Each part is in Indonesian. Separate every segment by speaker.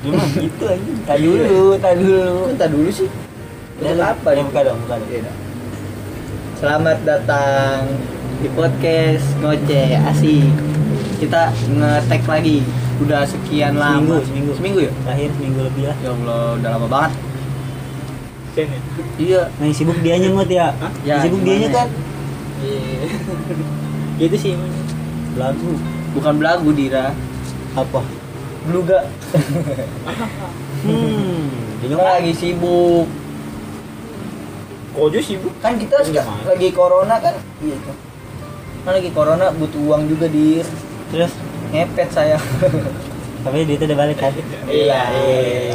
Speaker 1: Cuma gitu aja. Iya. Tak dulu, tak dulu.
Speaker 2: Entah dulu sih.
Speaker 1: Udah
Speaker 2: Untuk
Speaker 1: lah.
Speaker 2: apa?
Speaker 1: Ya, buka dong, buka dong.
Speaker 2: Iya, dah. Selamat datang di podcast Ngoceh Asik. Kita ngetek lagi. Udah sekian
Speaker 1: Seminggu,
Speaker 2: lama.
Speaker 1: seminggu.
Speaker 2: Seminggu ya?
Speaker 1: Terakhir seminggu lebih lah.
Speaker 2: Ya Allah, udah lama banget.
Speaker 3: Sen ya?
Speaker 2: Iya.
Speaker 1: Nah, yang sibuk dianya ngot ya.
Speaker 3: Hah?
Speaker 1: Yang
Speaker 2: Ya,
Speaker 1: sibuk
Speaker 2: gimana
Speaker 1: dianya
Speaker 2: ya?
Speaker 1: kan.
Speaker 2: Iya.
Speaker 1: Gitu
Speaker 3: Itu sih emang.
Speaker 1: Lagu
Speaker 2: Bukan belagu Dira.
Speaker 1: apa?
Speaker 2: Bluga.
Speaker 1: Hmm.
Speaker 2: Kita
Speaker 1: Bingung lagi.
Speaker 2: lagi sibuk.
Speaker 3: Kojo sibuk.
Speaker 2: Kan kita
Speaker 3: Iya,
Speaker 2: seka-
Speaker 3: Mas.
Speaker 2: lagi corona kan? Iya. kan. Kan lagi corona butuh uang juga di
Speaker 1: Terus
Speaker 2: ngepet saya.
Speaker 1: tapi dia tuh udah balik kan.
Speaker 2: Iya, iya.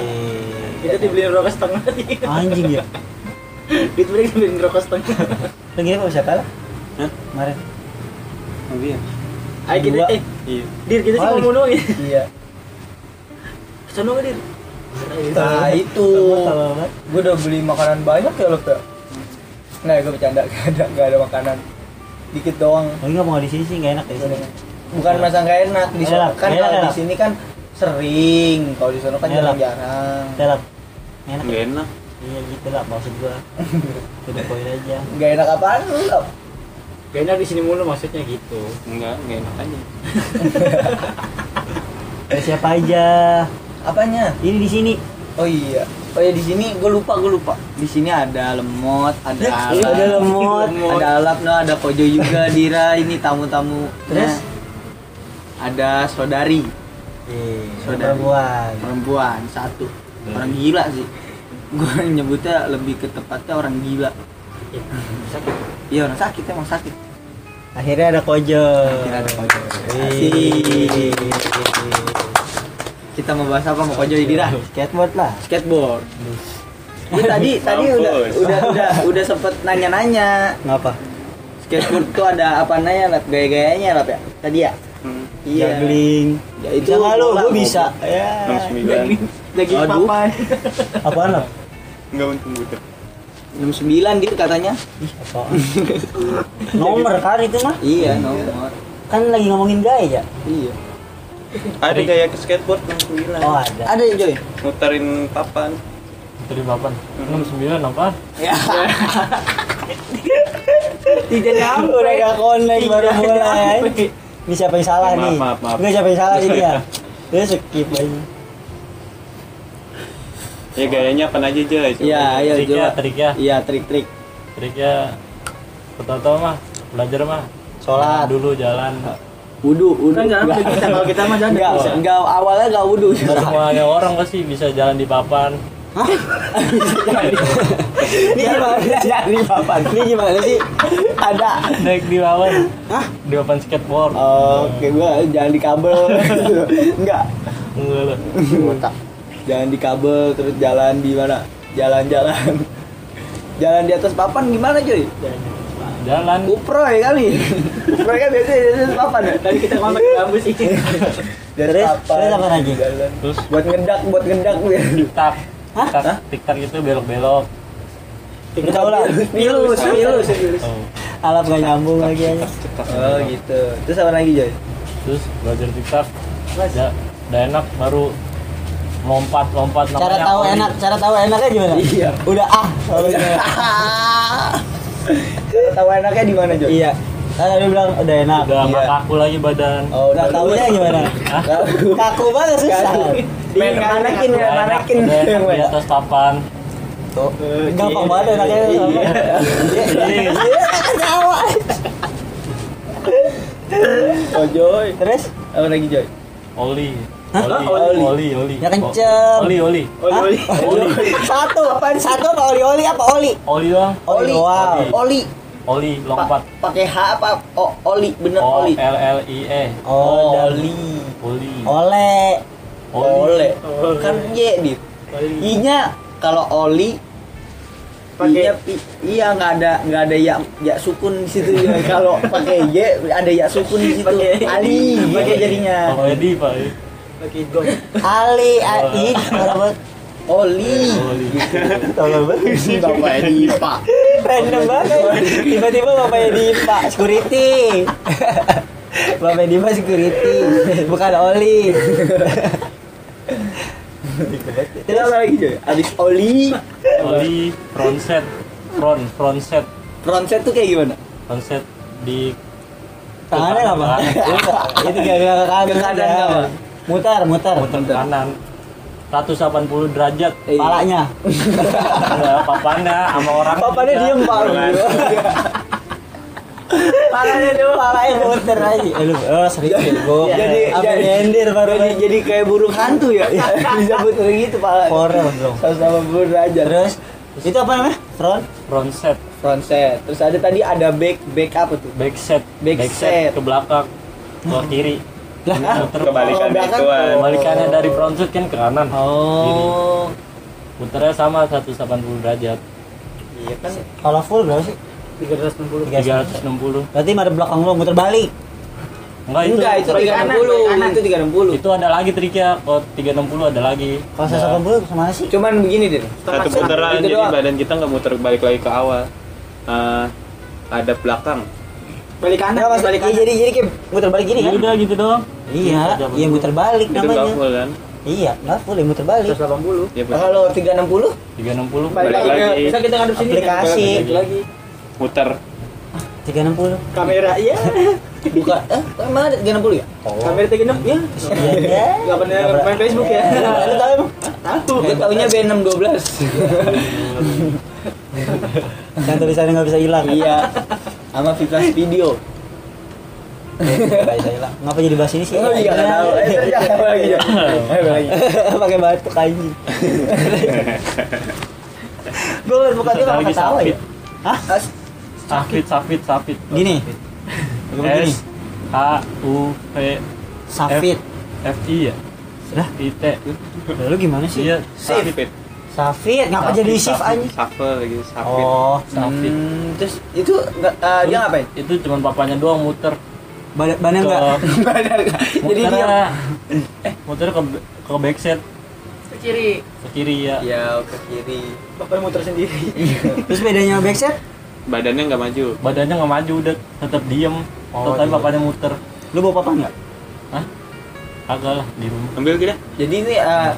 Speaker 3: Kita dibeliin rokok setengah nih.
Speaker 1: Anjing ya.
Speaker 3: Dibeliin dibeliin rokok setengah.
Speaker 1: Lu gini sama siapa lah?
Speaker 3: Hah?
Speaker 1: Kemarin. Oh, iya.
Speaker 3: Ayo kita
Speaker 1: Dua.
Speaker 3: eh. Dir kita sih
Speaker 1: Balik.
Speaker 3: ngomong doang ya.
Speaker 2: Iya.
Speaker 3: Sono nggak dir?
Speaker 1: Iya,
Speaker 2: Nah itu
Speaker 1: Sama banget.
Speaker 2: Gue udah beli makanan banyak ya lo Pe. Nah gue bercanda gak ada, gak ada makanan Dikit doang
Speaker 1: Lagi nggak mau di sini sih nggak enak di sini.
Speaker 2: Bukan
Speaker 1: Iya.
Speaker 2: masa gak enak di sana
Speaker 1: Enak,
Speaker 2: kan
Speaker 1: enak,
Speaker 2: kalau di
Speaker 1: enak.
Speaker 2: sini kan sering kalau di sana kan
Speaker 1: Enak.
Speaker 2: jarang-jarang
Speaker 1: Dalam. Enak. ya?
Speaker 3: enak.
Speaker 1: Iya gitu lah maksud gua. Jadi poin aja.
Speaker 2: Gak enak apaan lu Lo?
Speaker 3: Gak enak di sini mulu maksudnya gitu.
Speaker 4: Enggak, enggak enak aja.
Speaker 1: Ada siapa aja?
Speaker 2: Apanya?
Speaker 1: Ini di sini.
Speaker 2: Oh iya Oh iya di sini gue lupa gue lupa di sini ada lemot ada
Speaker 1: Iya,
Speaker 2: alap.
Speaker 1: ada lemot.
Speaker 2: ada alap no ada kojo juga Dira ini tamu-tamu Nah,
Speaker 1: Terus?
Speaker 2: ada saudari
Speaker 1: Eh,
Speaker 2: Saudari.
Speaker 1: perempuan.
Speaker 2: perempuan satu orang gila sih gue nyebutnya lebih ke tepatnya orang gila
Speaker 3: Ya, Sakit.
Speaker 2: iya orang sakit emang sakit
Speaker 1: Akhirnya ada kojo.
Speaker 2: Akhirnya ada Kojo.
Speaker 1: Asik.
Speaker 2: kita mau bahas apa mau kojo Dira
Speaker 1: Skateboard lah.
Speaker 2: skateboard Dia tadi tadi udah
Speaker 4: Mampus.
Speaker 2: udah udah udah sempet nanya-nanya
Speaker 1: Ngapa?
Speaker 2: skateboard tuh ada apa nanya lap gaya-gayanya lap ya tadi ya
Speaker 4: Hmm.
Speaker 1: Juggling.
Speaker 2: Ya,
Speaker 1: itu
Speaker 2: itu
Speaker 1: bisa nggak lu?
Speaker 2: bola,
Speaker 1: Gua bisa. Ya.
Speaker 4: 69.
Speaker 2: lagi
Speaker 1: Aduh.
Speaker 2: papan
Speaker 1: Apaan lo?
Speaker 4: Enggak untung buta.
Speaker 2: 69 dia gitu katanya
Speaker 1: Ih, apaan? Nomor kan itu mah.
Speaker 2: iya nomor
Speaker 1: Kan lagi ngomongin gaya ya?
Speaker 2: iya
Speaker 4: Ada gaya ke skateboard 69.
Speaker 1: Oh, ada.
Speaker 2: ada ya Joy
Speaker 4: Muterin papan.
Speaker 3: Dari bapan. Enam sembilan apa?
Speaker 2: ya
Speaker 1: Tiga nyampe. Udah gak connect baru mulai. Ini siapa yang salah
Speaker 4: Maaf,
Speaker 1: nih?
Speaker 4: maaf, maaf.
Speaker 1: Ini siapa yang salah ini ya? Dia skip aja.
Speaker 4: Ya gayanya apa aja aja.
Speaker 1: Ya.
Speaker 2: iya ayo
Speaker 3: Triknya,
Speaker 2: coba
Speaker 3: triknya.
Speaker 2: iya trik-trik
Speaker 3: Triknya pertama ya. mah belajar mah
Speaker 2: sholat
Speaker 3: dulu jalan.
Speaker 2: wudu wudu
Speaker 3: Kan jalan
Speaker 2: Nggak.
Speaker 3: udah bisa, kalau kita mah jalan
Speaker 2: Nggak,
Speaker 3: udah bisa.
Speaker 2: nggak, awalnya nggak wudu
Speaker 3: Gak semuanya orang pasti bisa jalan di papan.
Speaker 2: ini gimana dari papan ini gimana sih ada
Speaker 3: Naik di papan. Di papan skateboard.
Speaker 1: Oh.
Speaker 2: oke gua jangan di kabel enggak
Speaker 3: Enggak lah.
Speaker 2: otak jangan di kabel terus jalan di mana jalan-jalan jalan di atas papan gimana cuy
Speaker 3: Jalan.
Speaker 2: uproy kali uproy kan biasanya di atas papan ya
Speaker 3: Tadi kita ngomong di bambu sih.
Speaker 2: di atas
Speaker 1: Terus?
Speaker 2: papan
Speaker 1: Terus apa lagi?
Speaker 2: jalan.
Speaker 3: Terus
Speaker 2: buat ngedak buat ngedak biar
Speaker 3: tiktak.
Speaker 1: Hah?
Speaker 3: Tiktak, tiktak itu gitu, belok-belok.
Speaker 1: Udah tau lah.
Speaker 2: Pilus, pilus.
Speaker 3: Oh.
Speaker 1: Alat gak nyambung lagi aja.
Speaker 2: Oh
Speaker 4: iya.
Speaker 2: gitu. Terus apa lagi, Joy?
Speaker 3: Terus belajar tiktak. Ya, udah enak baru lompat-lompat
Speaker 1: Cara tahu
Speaker 3: oli.
Speaker 1: enak, cara tahu enaknya gimana?
Speaker 2: Iya.
Speaker 1: Udah ah. soalnya.
Speaker 2: Kalau tahu enaknya di mana, Joy?
Speaker 1: Iya. Kan tadi bilang udah enak.
Speaker 3: Udah sama
Speaker 2: Iya.
Speaker 3: kaku lagi badan.
Speaker 2: Oh,
Speaker 1: Udah taunya gimana?
Speaker 3: Hah?
Speaker 2: Tahu. Iya, ya,
Speaker 1: Kaku banget susah.
Speaker 2: Main manekin,
Speaker 3: Udah
Speaker 2: main
Speaker 3: enak,
Speaker 2: manekin.
Speaker 3: udah enak
Speaker 1: Iya.
Speaker 3: di atas papan.
Speaker 1: Tuh. Gampang banget enaknya.
Speaker 2: Oh, Iya.
Speaker 1: Iya. Ketawa.
Speaker 2: Oh, Joy.
Speaker 1: Terus
Speaker 2: Apa lagi, Joy?
Speaker 3: Oli.
Speaker 1: Hah?
Speaker 3: Oh, Oli,
Speaker 2: Oli.
Speaker 3: oli, oli.
Speaker 1: Ya kenceng.
Speaker 3: Oli, oli.
Speaker 1: Hah?
Speaker 2: Oh, Oli.
Speaker 1: satu, satu apa oli oli apa oli?
Speaker 3: Oli doang.
Speaker 1: Oli doang.
Speaker 2: Oli.
Speaker 3: Oli lompat.
Speaker 2: Pa- Pakai H apa? O, oli, bener
Speaker 3: O
Speaker 2: oli.
Speaker 3: L L I E.
Speaker 1: Oh,
Speaker 3: Oli.
Speaker 1: Ole.
Speaker 2: Ole.
Speaker 3: Oli.
Speaker 2: Kan Y, Dit. I-nya kalau oli
Speaker 3: Pakai-
Speaker 2: I-nya pi- iya nggak ada nggak ada ya ya sukun di situ ya. kalau pakai y ada ya sukun di situ
Speaker 3: Pakai-
Speaker 2: ali pakai jadinya
Speaker 3: Pak Edi, Pak Edi.
Speaker 1: Ali Ali robot.
Speaker 2: oli
Speaker 3: Oli.
Speaker 2: bapak Edi pak
Speaker 1: Random banget. Tiba-tiba Bapak Edi Pak security. Bapak Edi Pak security, bukan oli.
Speaker 2: Terus apa lagi Joy? Abis oli,
Speaker 3: oli frontset front frontset
Speaker 2: frontset tuh kayak gimana?
Speaker 3: frontset di
Speaker 1: Tangannya apa? Itu gak
Speaker 2: Ke
Speaker 1: ke
Speaker 2: kanan
Speaker 1: kanan.
Speaker 2: apa?
Speaker 1: Mutar, mutar.
Speaker 3: muter ke kanan 180 derajat
Speaker 2: Eh.
Speaker 1: Palanya.
Speaker 3: Enggak, papanya sama orang
Speaker 1: Papanya
Speaker 3: juga.
Speaker 1: diem, Pak.
Speaker 3: Jangan.
Speaker 1: Palanya doang. Palanya muter aja. Eh, lu, oh serius ya, gua.
Speaker 2: Jadi
Speaker 1: apa
Speaker 2: jadi
Speaker 1: nyender baru
Speaker 2: jadi,
Speaker 1: aja.
Speaker 2: jadi kayak burung hantu ya. Bisa puter gitu pala.
Speaker 1: Horor dong.
Speaker 2: Sama-sama burung aja.
Speaker 1: Terus itu apa namanya? Front.
Speaker 3: front set
Speaker 2: Frontset. Terus ada tadi ada back back apa tuh?
Speaker 3: back set
Speaker 2: Back set.
Speaker 3: ke belakang ke kiri
Speaker 1: Lah, ah.
Speaker 3: muter
Speaker 4: Kebalikan
Speaker 2: Kalau belakang
Speaker 4: ituan.
Speaker 2: tuh.
Speaker 3: kebalikannya dari front set kan ke kanan
Speaker 2: Oh.
Speaker 3: muternya sama 180 derajat
Speaker 2: Iya kan
Speaker 1: kalau full berapa sih?
Speaker 2: 360.
Speaker 3: 360
Speaker 1: Berarti ada belakang lu muter balik.
Speaker 3: enggak itu
Speaker 2: Enggak, itu
Speaker 5: Balik kanan, balik
Speaker 2: 360.
Speaker 5: kanan.
Speaker 2: Itu 360.
Speaker 3: itu ada lagi triknya kalau 360 ada lagi
Speaker 1: Kalau
Speaker 3: Ada-
Speaker 1: 180 kemana sih?
Speaker 2: Cuman begini deh.
Speaker 4: Satu
Speaker 5: Setengah
Speaker 4: putaran
Speaker 2: Itu
Speaker 4: jadi
Speaker 2: doang.
Speaker 4: badan kita nggak muter balik lagi ke awal. Eh, ada belakang.
Speaker 5: balik kanan
Speaker 1: Enggak, Mas.
Speaker 5: balik
Speaker 1: Iya,
Speaker 5: kanan
Speaker 1: jadi jadi kayak muter balik gini
Speaker 3: Ya
Speaker 1: kan?
Speaker 3: udah gitu doang
Speaker 1: Iya, iya muter balik
Speaker 4: Itu nggak
Speaker 1: namanya.
Speaker 4: full kan?
Speaker 1: Iya, nggak full ya muter balik.
Speaker 5: 180
Speaker 4: Ya bener.
Speaker 2: Kalau 360
Speaker 5: balik
Speaker 3: 360
Speaker 4: Balik
Speaker 5: lagi
Speaker 4: lagi.
Speaker 5: bisa kita ngadep sini
Speaker 1: Aplikasi.
Speaker 5: Balik lagi
Speaker 4: muter.
Speaker 1: 360.
Speaker 5: kamera iya
Speaker 2: buka eh emang ada 360 ya?
Speaker 5: kamera tegenap ya
Speaker 1: Iya, iya.
Speaker 5: nggak pernah
Speaker 1: Nggak Iya,
Speaker 5: main Facebook ya
Speaker 1: Lu tahu emang?
Speaker 5: tahu
Speaker 2: Gue taunya B612
Speaker 1: Yang Kan tulisannya nggak bisa hilang.
Speaker 2: Iya Sama Vivas Video
Speaker 1: Nggak bisa hilang. Ngapa jadi bahas ini sih?
Speaker 2: Oh iya nggak tahu. Eh, terus apa lagi ya? Apa lagi?
Speaker 1: Pakai batuk anjing. Gue liat muka dia
Speaker 3: Ada
Speaker 1: malah
Speaker 3: lagi
Speaker 1: ketawa ya.
Speaker 3: safit.
Speaker 1: Hah?
Speaker 3: safit safit safit
Speaker 1: Gini. Gini.
Speaker 3: S A U V
Speaker 1: Safit.
Speaker 3: F I ya
Speaker 1: Lah?
Speaker 3: I T
Speaker 1: Lah, Lu gimana sih?
Speaker 3: iya
Speaker 4: Safit.
Speaker 1: Safit, ngapa
Speaker 3: Safit,
Speaker 1: jadi shift
Speaker 3: safit.
Speaker 1: anjing?
Speaker 4: gitu, Safe lagi. Safit.
Speaker 1: Oh,
Speaker 3: safit
Speaker 2: Hmm, Terus itu nggak- eh, dia ngapain?
Speaker 3: itu cuma papanya doang muter
Speaker 1: ban- bannya
Speaker 3: ke
Speaker 1: enggak?
Speaker 2: Jadi dia
Speaker 3: muternya eh muter ke ke back set
Speaker 5: ke kiri
Speaker 3: ke kiri ya
Speaker 2: Ya ke kiri Iya.
Speaker 5: bapak muter sendiri
Speaker 1: Terus bedanya backset?
Speaker 4: Badannya nggak maju.
Speaker 3: badannya nggak maju udah tetap diem
Speaker 2: Oh,
Speaker 3: tapi
Speaker 2: iya.
Speaker 3: papanya muter
Speaker 1: Lu bawa papan enggak?
Speaker 3: Hah? agak lah di rumah
Speaker 4: Ambil gitu. kita.
Speaker 2: Jadi ini eh,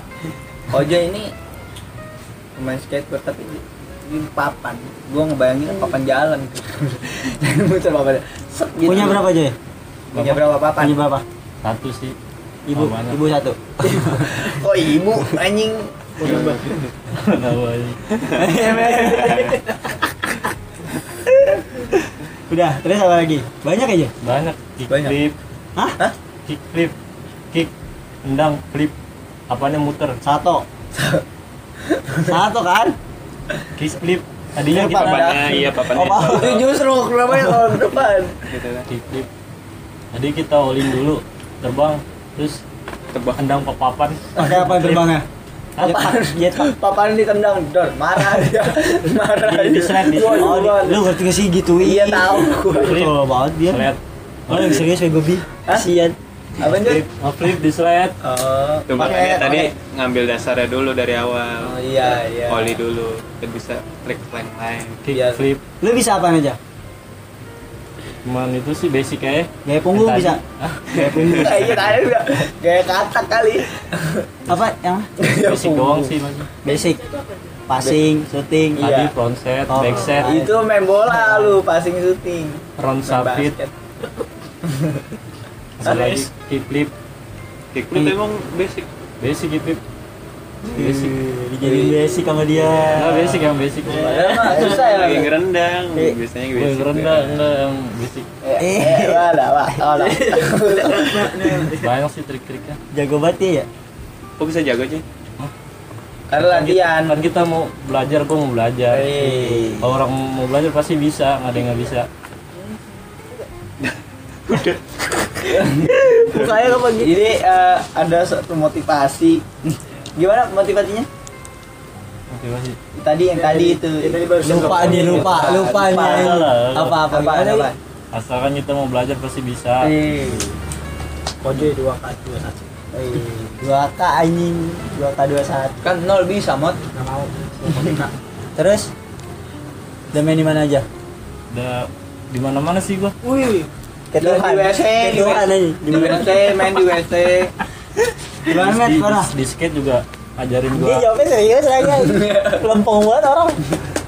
Speaker 2: Ojo ini main skateboard tapi di, di papan Gue ngebayangin papan jalan Jadi muter papan Set gitu.
Speaker 1: Punya berapa aja? ya?
Speaker 2: Punya berapa papan?
Speaker 1: Punya berapa?
Speaker 3: satu sih
Speaker 1: Ibu,
Speaker 3: Apanya?
Speaker 1: ibu satu.
Speaker 2: Kok ibu anjing
Speaker 3: Nggak boleh.
Speaker 1: Udah, terus apa lagi? Banyak aja.
Speaker 3: banyak kick
Speaker 2: Banyak.
Speaker 3: flip
Speaker 1: Hah?
Speaker 3: kick flip kick endang flip apanya muter
Speaker 1: Satu. Satu kan?
Speaker 3: kick flip tadinya
Speaker 2: Kenapa,
Speaker 3: kita
Speaker 4: Papannya iya papannya.
Speaker 1: Oh, Pak.
Speaker 2: Itu justru kenapa yang tahun depan
Speaker 4: Gitu kan.
Speaker 3: kick flip tadi kita olin dulu terbang terus
Speaker 4: Tebak.
Speaker 3: endang papapan
Speaker 1: Pakai apa terbangnya?
Speaker 2: Iya,
Speaker 1: Jetpack, jetpack.
Speaker 2: Papan ditendang dor marah dia marah
Speaker 3: Di- di slide, di slide.
Speaker 1: Oh,
Speaker 2: Waduh,
Speaker 1: lu ngerti gak sih gitu?
Speaker 2: Iya, tahu.
Speaker 1: Betul banget
Speaker 2: iya.
Speaker 1: dia.
Speaker 3: sled
Speaker 1: Oh, yang serius ya Gobi?
Speaker 2: Hah?
Speaker 1: Kasian.
Speaker 2: apa itu
Speaker 3: flip flip di sled
Speaker 2: oh
Speaker 4: Tuh
Speaker 2: pakai-
Speaker 4: makanya tadi
Speaker 2: pakai-
Speaker 4: ngambil dasarnya dulu dari
Speaker 2: oh
Speaker 4: awal.
Speaker 2: iya iya
Speaker 4: Oli dulu. Kita bisa trik lain-lain.
Speaker 3: kick
Speaker 2: Iya.
Speaker 3: flip
Speaker 1: Lu bisa apa aja?
Speaker 3: cuman itu sih basic aja
Speaker 1: Gaya punggung
Speaker 3: Tadi.
Speaker 1: bisa.
Speaker 3: Hah?
Speaker 1: Gaya punggung.
Speaker 2: kayak Nah, tadi udah kayak katak kali
Speaker 1: Apa yang
Speaker 2: Iya,
Speaker 3: basic doang Iya, sih mas
Speaker 1: basic? Passing, shooting.
Speaker 3: tadi
Speaker 2: Iya.
Speaker 3: front set
Speaker 1: Oh.
Speaker 3: back set
Speaker 2: itu main bola lu passing shooting
Speaker 3: round
Speaker 2: Main
Speaker 3: safit
Speaker 2: basket.
Speaker 3: ada lagi kick flip
Speaker 4: Kickflip
Speaker 3: Iya.
Speaker 4: emang basic.
Speaker 3: basic kick flip basic
Speaker 1: Eh, Dijadiin basic sama dia.
Speaker 3: Enggak Nah, basic ya. yang basic
Speaker 2: padahal mah susah ya
Speaker 4: Lagi ngerendang.
Speaker 1: Eh.
Speaker 4: Biasanya gitu. Iya.
Speaker 3: Gue
Speaker 4: basic.
Speaker 3: rendah enggak yang basic
Speaker 2: eh eh, lah lah lah oh, lah.
Speaker 3: banyak sih trik-triknya
Speaker 1: Jago banget dia ya.
Speaker 4: Kok bisa jago sih?
Speaker 2: karena latihan
Speaker 3: kan kita mau belajar gue mau belajar
Speaker 2: Eh.
Speaker 3: kalau orang mau belajar pasti bisa nggak ada yang nggak bisa
Speaker 2: Mukanya kapan gitu? Jadi eh, ada suatu motivasi. Gimana motivasinya?
Speaker 3: motivasi
Speaker 2: Tadi yang tadi itu.
Speaker 5: Ya, tadi baru
Speaker 1: Lupa dia lupa, lupa
Speaker 2: Lupa.
Speaker 1: nih.
Speaker 3: Lupa.
Speaker 1: Apa apa
Speaker 2: Apa
Speaker 1: gimana
Speaker 2: apa?
Speaker 1: nih?
Speaker 3: asalkan kita mau belajar pasti bisa
Speaker 2: Eh,
Speaker 5: kode dua kali dua satu
Speaker 2: eh.
Speaker 1: 2K anjing, 2K 21.
Speaker 2: Kan nol bisa mot.
Speaker 5: nggak mau
Speaker 1: Terus udah main di mana aja?
Speaker 3: udah di mana mana sih gue
Speaker 5: wih
Speaker 2: Di WC, di
Speaker 1: Ketuhan
Speaker 2: WC.
Speaker 1: anjing.
Speaker 2: Di WC, main di WC.
Speaker 1: Di mana Matt?
Speaker 3: di,
Speaker 1: Parah.
Speaker 3: di skate juga ajarin
Speaker 1: Dia
Speaker 3: gua
Speaker 1: jawabnya serius aja. Lempeng banget orang.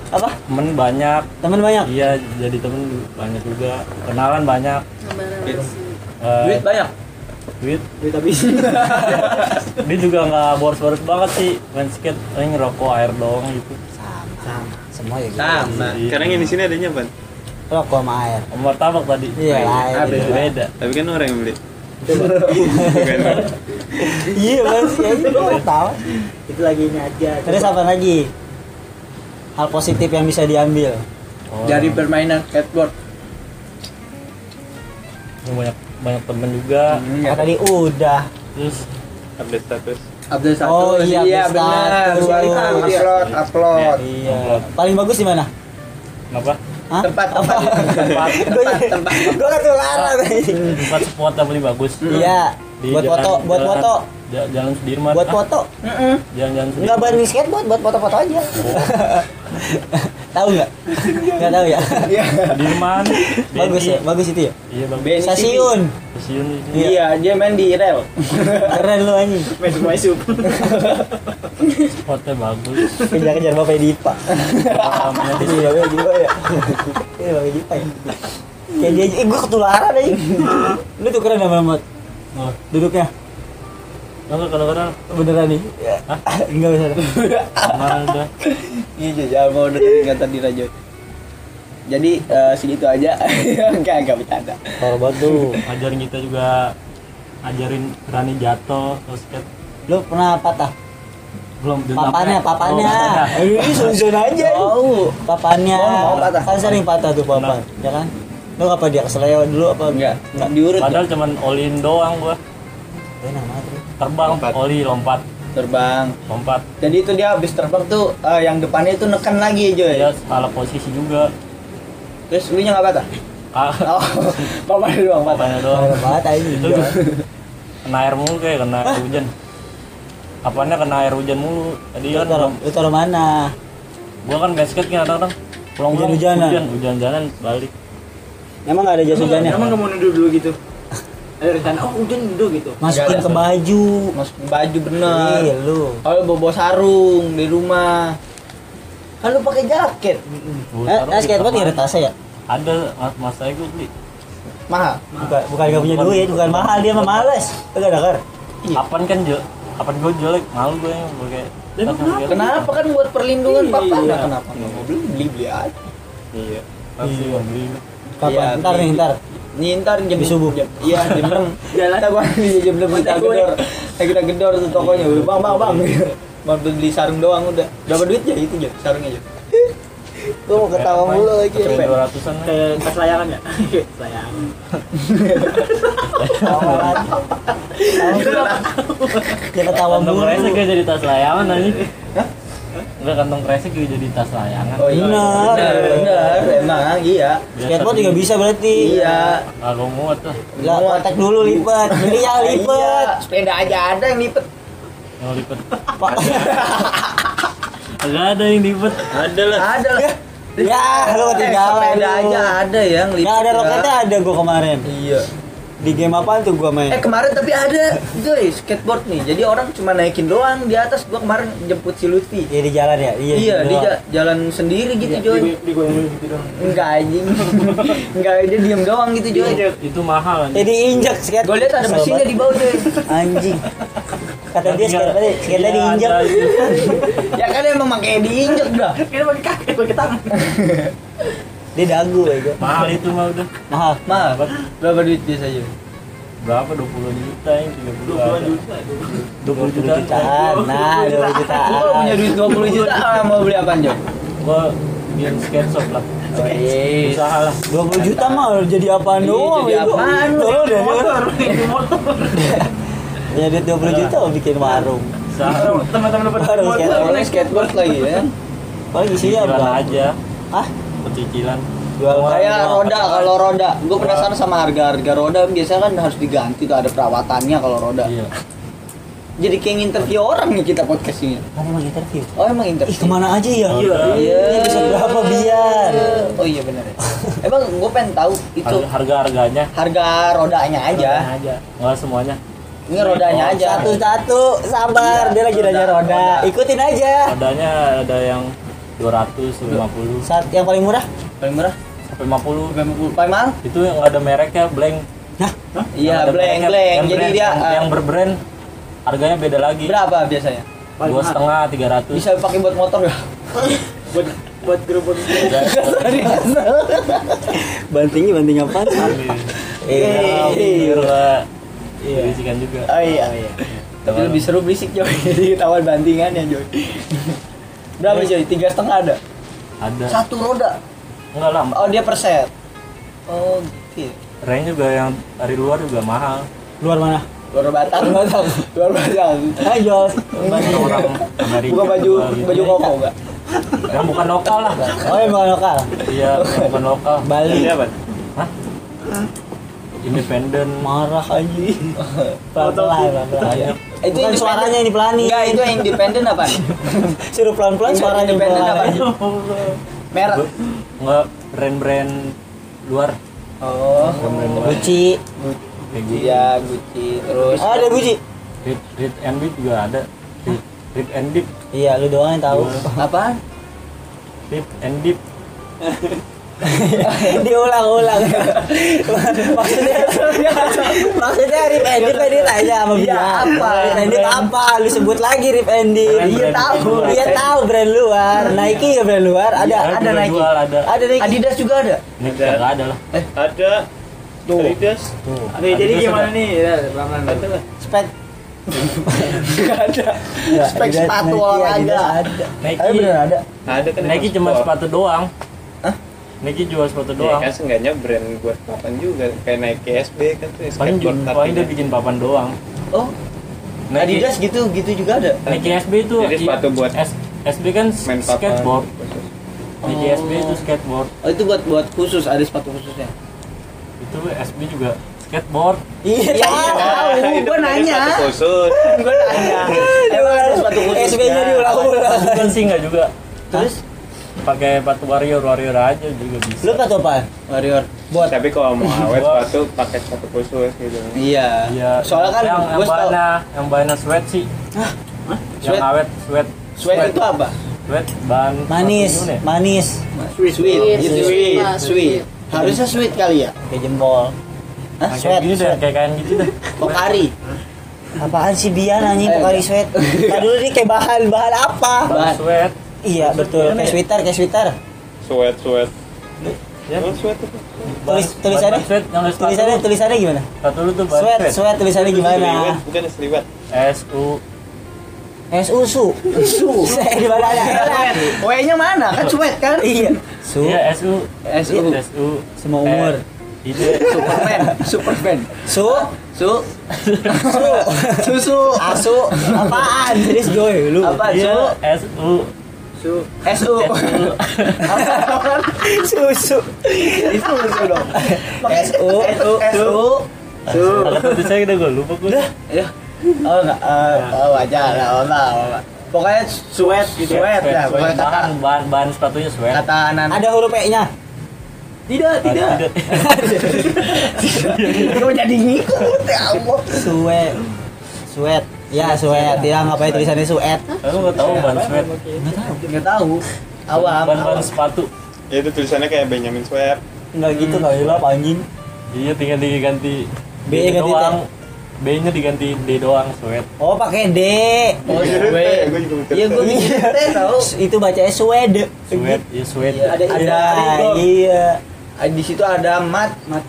Speaker 1: Apa?
Speaker 3: temen banyak
Speaker 1: Teman banyak.
Speaker 3: iya jadi temen banyak juga kenalan banyak Eh,
Speaker 2: Duit banyak.
Speaker 3: duit
Speaker 5: Duit habis.
Speaker 3: dia juga nggak boros-boros banget sih main skate paling rokok air doang gitu
Speaker 1: Sama. Semua ya gitu.
Speaker 2: Sama.
Speaker 3: Jadi,
Speaker 4: Nah, Sekarang yang di sini adanya apa?
Speaker 1: Rokok sama air.
Speaker 3: nomor tabak tadi
Speaker 1: Iya lah.
Speaker 3: Ah, beda beda
Speaker 4: Tapi kan orang yang beli.
Speaker 1: Iya kan sih. Ya, Gue nggak tahu.
Speaker 5: Itu lagi ini aja.
Speaker 1: Terus apa lagi? Hal positif yang bisa diambil.
Speaker 3: Oh,
Speaker 2: Dari permainan skateboard.
Speaker 3: yang banyak banyak temen juga
Speaker 2: Iya.
Speaker 1: Ya, tadi udah.
Speaker 3: terus
Speaker 4: Update status.
Speaker 2: Update satu.
Speaker 1: Oh, iya, update
Speaker 2: benar.
Speaker 1: satu.
Speaker 2: Barusan
Speaker 1: Iya.
Speaker 2: Upload, upload.
Speaker 1: Iya. Paling bagus di mana?
Speaker 3: apa
Speaker 1: Hah?
Speaker 2: Tempat, tempat, tempat, tempat, tempat.
Speaker 1: Gue ketularan tadi.
Speaker 3: tempat spot yang paling bagus
Speaker 1: Iya.
Speaker 3: Di
Speaker 1: Buat
Speaker 3: jalan-
Speaker 1: foto, buat
Speaker 3: jalan-
Speaker 1: foto,
Speaker 3: ja- jalan Sudirman
Speaker 1: buat
Speaker 3: Ah,
Speaker 1: foto.
Speaker 3: jalan-jalan Sudirman
Speaker 1: Enggak banding skateboard, buat foto-foto aja.
Speaker 2: Oh.
Speaker 1: Tahu nggak? Nggak tahu ya.
Speaker 2: Iya.
Speaker 3: Sudirman
Speaker 1: Bagus
Speaker 3: Beni.
Speaker 1: ya, bagus itu ya.
Speaker 3: iya bagus
Speaker 2: Beni
Speaker 1: Stasiun.
Speaker 3: stasiun itu
Speaker 1: Iya.
Speaker 2: Iya, dia main di rel.
Speaker 1: Keren lu anjing.
Speaker 5: Masuk masuk.
Speaker 3: spotnya bagus
Speaker 1: Kejar-kejar Bapak Dipa.
Speaker 3: alamnya di
Speaker 1: Iya, Bapak Dipa ya. Iya, Bapak Dipa ya. Kayak dia, eh gue ketularan aja. Lu tuh keren sama Mot.
Speaker 3: Oh,
Speaker 1: Duduknya
Speaker 3: enggak kadang-kadang
Speaker 1: beneran nih. Ya. Enggak bisa.
Speaker 3: kemarin udah
Speaker 2: Iya, Joy, jangan mau udah ingatan di Rajo. Jadi eh, segitu aja. Enggak, enggak bercanda.
Speaker 1: Parah banget lu.
Speaker 3: ajarin kita juga ajarin berani jatuh terus skate
Speaker 1: Lu pernah patah?
Speaker 3: belum belum
Speaker 1: Papannya,
Speaker 3: sampai.
Speaker 1: papannya.
Speaker 3: Oh, papannya.
Speaker 1: Ini susun aja.
Speaker 2: Tahu.
Speaker 1: Papannya.
Speaker 2: Oh, mau patah.
Speaker 1: Kan sering patah tuh papan, ya kan? Lu apa dia keseleo dulu apa
Speaker 2: Enggak,
Speaker 1: Enggak.
Speaker 2: diurut.
Speaker 3: padahal cuman olin doang gua
Speaker 1: Enak banget lu.
Speaker 3: terbang
Speaker 4: Lompat.
Speaker 3: oli lompat
Speaker 2: Terbang.
Speaker 3: lompat
Speaker 2: Jadi itu dia habis terbang tuh eh, yang depannya itu neken lagi, Joy.
Speaker 1: Iya.
Speaker 3: dia salah posisi juga
Speaker 2: Terus lu nya enggak patah?
Speaker 3: Ah,
Speaker 2: Oh, papan doang patah.
Speaker 3: papannya
Speaker 1: Parah
Speaker 3: doang
Speaker 1: banget anjing.
Speaker 3: itu
Speaker 1: Gila.
Speaker 3: kena air mulu kayak kena air hujan apanya kena air hujan mulu tadi
Speaker 1: Lu
Speaker 3: kan
Speaker 1: taruh, lu taruh mana?
Speaker 3: gua kan basket kan kadang-kadang pulang pulang
Speaker 1: Hujan-hujanan.
Speaker 3: hujan hujan jalan balik
Speaker 1: Emang gak ada jas hujannya?
Speaker 5: Emang nggak mau nuduh dulu gitu? Ada rencana, oh hujan nuduh gitu.
Speaker 1: Masukin
Speaker 2: Nggak ada.
Speaker 1: ke baju.
Speaker 2: Mas baju bener.
Speaker 1: Iya lu.
Speaker 2: Kalau bobo sarung di rumah. Kan lu pakai jaket.
Speaker 3: Gua
Speaker 1: Eh,
Speaker 3: taruh
Speaker 1: eh,
Speaker 3: di
Speaker 1: skateboard
Speaker 3: taman.
Speaker 1: nggak ada tasnya ya?
Speaker 3: ada mas mas saya gua beli
Speaker 2: Mahal.
Speaker 1: Bukan, bukan gak punya
Speaker 3: Bukan-
Speaker 1: duit, bukan mahal dia mah males. Lu gak dengar?
Speaker 3: kapan kan jo kapan gua jelek malu gua yang pakai tas basket.
Speaker 2: Kenapa kan buat perlindungan
Speaker 5: Iya.
Speaker 2: papa? Nah, kenapa nggak mau beli? Beli beli aja.
Speaker 4: Iya.
Speaker 3: Pasti gua beli
Speaker 1: Kapan?
Speaker 2: Iya,
Speaker 1: ntar nih,
Speaker 2: iya.
Speaker 1: ntar.
Speaker 2: Nih ntar jam
Speaker 1: Di subuh.
Speaker 2: jam- Iya jam enam.
Speaker 5: Jalan.
Speaker 2: Kita gua di jam enam kita
Speaker 5: Kontak gue.
Speaker 2: gedor. Kita kita gedor tuh tokonya. Udah bang bang bang. Mau beli sarung doang udah. Berapa duit ya itu ya sarungnya ya? Gue mau ketawa mulu lagi.
Speaker 3: Sampai dua ratusan
Speaker 5: Kayak tas layangan ya? Layangan.
Speaker 1: Dia ketawa
Speaker 3: kantong
Speaker 1: mulu.
Speaker 3: kresek juga jadi tas layangan nanti udah kantong kresek juga jadi tas layangan
Speaker 2: Oh iya.
Speaker 1: Benar.
Speaker 2: Benar benar. Emang iya.
Speaker 1: Skateboard juga bisa berarti.
Speaker 2: Iya.
Speaker 3: kalau muat ah. tuh
Speaker 1: Lah,
Speaker 2: Muat.
Speaker 1: kontak dulu lipat. Beli yang lipat.
Speaker 2: Iya, sepeda aja ada yang lipet.
Speaker 3: yang lipet
Speaker 1: Pak.
Speaker 3: agak ada yang lipet
Speaker 4: Ada lah.
Speaker 2: Ada lah.
Speaker 1: Ya, lu ketinggalan
Speaker 2: Iya. Eh, Sepeda
Speaker 1: lu.
Speaker 2: aja ada yang lipet.
Speaker 1: Yang ada
Speaker 2: ya.
Speaker 1: roketnya ada gua kemarin.
Speaker 2: Iya.
Speaker 1: Di game apaan tuh gua main?
Speaker 2: Eh kemarin tapi ada, Joy, skateboard nih. Jadi orang cuma naikin doang di atas. Gua kemarin jemput si Lutfi.
Speaker 1: Ya di jalan ya? Iya,
Speaker 2: Iya,
Speaker 1: di
Speaker 2: dia
Speaker 1: jalan.
Speaker 2: ja- jalan sendiri gitu, Joy.
Speaker 1: iya.
Speaker 5: Di gue yang gitu dong.
Speaker 2: Enggak anjing. Enggak, dia diem doang gitu, Joy.
Speaker 3: itu mahal kan?
Speaker 1: Ya
Speaker 3: anjing.
Speaker 1: diinjak skate.
Speaker 2: Gue lihat ada
Speaker 1: Kesel
Speaker 2: mesinnya
Speaker 1: banget.
Speaker 2: di bawah, Joy.
Speaker 1: Anjing. Kata dia skate tadi, skate
Speaker 3: Iya,
Speaker 1: diinjak.
Speaker 3: ada itu.
Speaker 2: ya kan emang makanya diinjek dah.
Speaker 5: Kayaknya pakai kaki, pakai tangan.
Speaker 1: Dia dagu aja.
Speaker 3: mahal itu mah udah
Speaker 1: Mahal.
Speaker 2: Mahal. Berapa duit biasa, Joy?
Speaker 3: berapa 20 juta yang 30
Speaker 5: Dua
Speaker 3: juta
Speaker 5: puluh juta.
Speaker 3: 20 juta
Speaker 1: 20 jutaan. Nah, 20 jutaan.
Speaker 2: Gua punya duit 20 juta, ah, mau beli apaan, Joy?
Speaker 3: gua bikin skate shop lah
Speaker 1: Oh, iya.
Speaker 2: Yes.
Speaker 3: usaha lah
Speaker 1: 20 juta mah jadi apaan
Speaker 2: Iya,
Speaker 1: doang
Speaker 2: jadi
Speaker 1: bego.
Speaker 2: apaan lu?
Speaker 1: Tolong deh.
Speaker 5: Motor, motor.
Speaker 1: Ya duit 20 juta mau bikin warung.
Speaker 3: usaha
Speaker 5: Teman-teman dapat
Speaker 1: Baru Iya,
Speaker 5: motor.
Speaker 1: skateboard.
Speaker 2: Orangnya skateboard lagi ya.
Speaker 1: Paling isinya
Speaker 3: cicilan
Speaker 1: apa?
Speaker 3: aja
Speaker 1: Hah?
Speaker 3: pecicilan
Speaker 1: Jual
Speaker 2: Kayak
Speaker 1: orang.
Speaker 2: roda kalau roda, gue penasaran sama harga-harga roda. Biasanya kan harus diganti tuh ada perawatannya kalau roda.
Speaker 3: iya
Speaker 2: Jadi kayak interview orang nih kita podcastingnya.
Speaker 1: Kan emang interview.
Speaker 2: Oh emang interview.
Speaker 1: Ih, kemana aja ya?
Speaker 3: Iya.
Speaker 1: Iya. Ini bisa berapa biar?
Speaker 2: Oh iya benar. Emang gue pengen tahu itu
Speaker 3: harga harganya
Speaker 1: Ya.
Speaker 2: harga rodanya aja.
Speaker 3: aja nggak semuanya
Speaker 2: Ini rodanya
Speaker 1: Oh,
Speaker 2: aja.
Speaker 1: Satu-satu, sabar. Dia lagi nanya roda. Ikutin aja.
Speaker 3: Rodanya ada yang 200, 150,
Speaker 1: Saat yang paling murah?
Speaker 2: Paling murah?
Speaker 3: 150.
Speaker 2: Paling mahal?
Speaker 3: Itu yang nggak ada mereknya, blank.
Speaker 1: Hah?
Speaker 2: Iya,
Speaker 3: Yang ada
Speaker 2: blank
Speaker 3: mereknya,
Speaker 2: blank.
Speaker 3: yang
Speaker 2: Jadi
Speaker 3: brand-
Speaker 2: dia
Speaker 3: yang,
Speaker 2: eh,
Speaker 3: yang berbrand harganya beda lagi.
Speaker 2: berapa biasanya?
Speaker 5: Paling
Speaker 3: Dua
Speaker 5: mahal.
Speaker 3: setengah, tiga ratus.
Speaker 2: Bisa pakai buat motor nggak?
Speaker 5: buat buat gerobak
Speaker 1: Bantingnya banting apa?
Speaker 3: Iya,
Speaker 5: Iya.
Speaker 3: Berisikan juga.
Speaker 2: Oh iya. Tapi lebih seru berisik Joy. Jadi ketahuan bandingannya Joy. Berapa Joy? Tiga setengah ada.
Speaker 3: Ada.
Speaker 2: Satu roda.
Speaker 3: Enggak lah,
Speaker 2: Oh dia per set. Oh gitu.
Speaker 3: range juga yang dari luar juga mahal.
Speaker 1: Luar mana? Eh,
Speaker 2: Luar batang. Luar batang.
Speaker 1: Ayo.
Speaker 3: Orang Amerika.
Speaker 2: Buka baju
Speaker 3: juga gitu.
Speaker 2: baju koko nggak?
Speaker 3: Yang bukan lokal lah.
Speaker 1: Oh, yang bukan lokal.
Speaker 3: Iya, yang bukan lokal.
Speaker 1: Bali.
Speaker 4: Ini apa?
Speaker 3: Hah? Independen.
Speaker 1: Marah aja. Pelan-pelan, pelan-pelan.
Speaker 2: Itu
Speaker 1: Bukan
Speaker 2: independen.
Speaker 1: suaranya yang dipelani.
Speaker 2: Enggak, itu yang independen apa?
Speaker 1: Suruh pelan-pelan suaranya
Speaker 2: Independen
Speaker 1: dipelani.
Speaker 2: Merah.
Speaker 3: Enggak brand-brand luar.
Speaker 2: Oh.
Speaker 3: Brand luar.
Speaker 1: Gucci.
Speaker 3: Kayak
Speaker 2: Gucci
Speaker 3: gitu.
Speaker 2: ya, Gucci terus.
Speaker 1: Oh, ada Gucci.
Speaker 3: Read, read and Read juga ada. Read, read and Deep.
Speaker 1: Iya, lu doang yang tahu.
Speaker 2: Apaan?
Speaker 3: Read and Deep.
Speaker 1: Diulang-ulang. maksudnya maksudnya Rip Andy pengen tanya sama
Speaker 2: Iya,
Speaker 1: Bima.
Speaker 2: apa?
Speaker 1: Rip Andy
Speaker 2: Brand.
Speaker 1: apa? Lu sebut lagi Rip Andy.
Speaker 3: Brand,
Speaker 1: Dia
Speaker 3: brand,
Speaker 1: tahu,
Speaker 3: brand
Speaker 1: dia
Speaker 2: luar.
Speaker 1: tahu brand luar. Nike ya brand luar. Ada
Speaker 3: Iya,
Speaker 1: ada
Speaker 3: brand
Speaker 1: Nike.
Speaker 3: luar ada.
Speaker 1: Ada Nike.
Speaker 2: Adidas juga ada.
Speaker 3: Ini enggak ada lah.
Speaker 4: Ada
Speaker 2: Tuh.
Speaker 4: Adidas.
Speaker 5: Oke, jadi
Speaker 3: Adidas
Speaker 5: gimana
Speaker 3: ada.
Speaker 5: nih? Ya, pelan-pelan.
Speaker 4: Ada lah.
Speaker 1: Spek
Speaker 2: Gak ada.
Speaker 1: ya,
Speaker 2: Spek
Speaker 1: Adidas,
Speaker 2: sepatu
Speaker 1: Nike, Adidas
Speaker 2: olahraga.
Speaker 1: Ada.
Speaker 3: Nike.
Speaker 1: Tapi beneran ada.
Speaker 4: Ada kan
Speaker 3: Nike
Speaker 4: emang
Speaker 3: cuma
Speaker 4: sport.
Speaker 3: sepatu doang. Nike jual sepatu
Speaker 4: Ya
Speaker 3: doang.
Speaker 4: kan seenggaknya brand buat papan juga kayak naik KSB kan tuh ya,
Speaker 3: Paling ju- paling dia bikin papan doang.
Speaker 2: Oh,
Speaker 3: Nike-
Speaker 2: Adidas gitu gitu juga ada.
Speaker 3: Nike SB itu
Speaker 4: kan? Jadi sepatu buat
Speaker 3: S, SB kan
Speaker 4: main papan.
Speaker 3: skateboard. Nike
Speaker 2: Oh.
Speaker 3: SB itu skateboard.
Speaker 2: Oh, itu buat buat khusus ada sepatu khususnya.
Speaker 3: Itu SB juga skateboard.
Speaker 1: Iya,
Speaker 2: Iya,
Speaker 1: tahu.
Speaker 2: iya.
Speaker 1: Gua nanya.
Speaker 4: Sepatu khusus.
Speaker 2: Gue nanya. Emang ada Eh, sepatu khusus. kan?
Speaker 1: SB-nya diulang-ulang.
Speaker 3: Bukan sih nggak kan juga.
Speaker 2: Terus
Speaker 3: Pakai sepatu warrior warrior aja juga
Speaker 1: Lu
Speaker 3: bisa.
Speaker 1: sepatu apa?
Speaker 2: Warrior.
Speaker 1: Buat
Speaker 4: Tapi kalau mau awet
Speaker 3: Buat.
Speaker 4: sepatu pakai sepatu khusus gitu.
Speaker 2: Iya.
Speaker 3: Iya.
Speaker 2: Soalnya kan
Speaker 3: yang yang
Speaker 2: gue tau
Speaker 3: bahana yang bahana sweat sih. Yang
Speaker 2: Sweat?
Speaker 3: awet sweat.
Speaker 2: sweat itu apa?
Speaker 3: Sweat bahan
Speaker 1: manis,
Speaker 3: sepatu gimana ya?
Speaker 1: manis.
Speaker 2: Sweet. Sweet.
Speaker 6: Sweet.
Speaker 2: Iya, Sweet.
Speaker 6: Sweet.
Speaker 2: Sweet. Harusnya sweet kali ya.
Speaker 1: Kayak jempol.
Speaker 2: Hah?
Speaker 1: Sweat,
Speaker 3: Yang Kayak gini deh,
Speaker 1: sweat.
Speaker 3: kayak kain gitu deh.
Speaker 2: Oh, Pokari.
Speaker 1: Apaan sih Bian anjing
Speaker 2: Eh,
Speaker 1: Pokari sweat? Tadi dulu nih kayak bahan bahan apa?
Speaker 2: Bahan.
Speaker 3: Bahan sweat.
Speaker 1: Iya betul, kayak sweater, kayak sweater.
Speaker 4: Sweat sweat.
Speaker 3: Ya.
Speaker 4: Oh, sweat apa?
Speaker 1: Tulis
Speaker 3: Bahan-
Speaker 1: tulisannya,
Speaker 3: bahan sweat yang ada sepatu.
Speaker 1: tulisannya, tulisannya gimana?
Speaker 3: Sepatu lu tuh bahan
Speaker 1: Sweat, sweat tulisannya
Speaker 4: Seliwet,
Speaker 1: gimana?
Speaker 4: bukan seliwet.
Speaker 3: S U
Speaker 1: S usu, usu. Saya di mana ada?
Speaker 2: iya. W-nya mana? Kan sweat kan?
Speaker 1: Iya, su.
Speaker 3: Iya SU
Speaker 2: SU.
Speaker 3: SU
Speaker 1: Semua umur.
Speaker 3: Eh, ide
Speaker 2: Superman. Superman.
Speaker 1: Su, ah,
Speaker 2: Su.
Speaker 1: su,
Speaker 2: Susu.
Speaker 1: asu. Apaan? Serius Joy, lu.
Speaker 2: Apa?
Speaker 3: Iya
Speaker 2: Su.
Speaker 3: SU
Speaker 5: Su,
Speaker 2: SU.
Speaker 1: Susu.
Speaker 2: Itu susu dong.
Speaker 1: SU.
Speaker 2: SU. SU.
Speaker 5: su.
Speaker 3: Kalau tuh saya udah gue lupa gue.
Speaker 2: Ya. Oh enggak. eh, Oh wajar. Enggak apa-apa. Pokoknya sweat gitu.
Speaker 3: ya.
Speaker 2: Sweat lah. Pokoknya kata
Speaker 3: Bahan bahan bahan sepatunya sweat.
Speaker 2: kata anak.
Speaker 1: Ada huruf E-nya.
Speaker 2: Tidak, tidak.
Speaker 3: Tidak.
Speaker 2: Kau jadi ngikut ya Allah.
Speaker 1: Suet, suet. Ya, suet. Tidak ngapain tulisannya suet.
Speaker 3: Aku nggak tahu bahan sweat.
Speaker 2: Enggak tahu. Awam.
Speaker 3: Bahan bahan sepatu.
Speaker 4: Ya itu tulisannya kayak Benjamin Sweat.
Speaker 1: Enggak gitu kali lah anjing.
Speaker 3: Iya tinggal diganti
Speaker 1: B ganti
Speaker 3: B nya diganti D doang sweat.
Speaker 1: Oh, pakai D.
Speaker 2: Oh,
Speaker 4: Iya,
Speaker 2: sweat.
Speaker 4: iya, gua juga mikir. gitu.
Speaker 2: Iya, gue mikir teh tahu.
Speaker 1: Itu bacanya suede.
Speaker 3: Sweat ya sweat.
Speaker 2: Iya, ada
Speaker 1: Ada,
Speaker 2: ada.
Speaker 1: iya.
Speaker 2: Ah, Di situ ada mat, mat,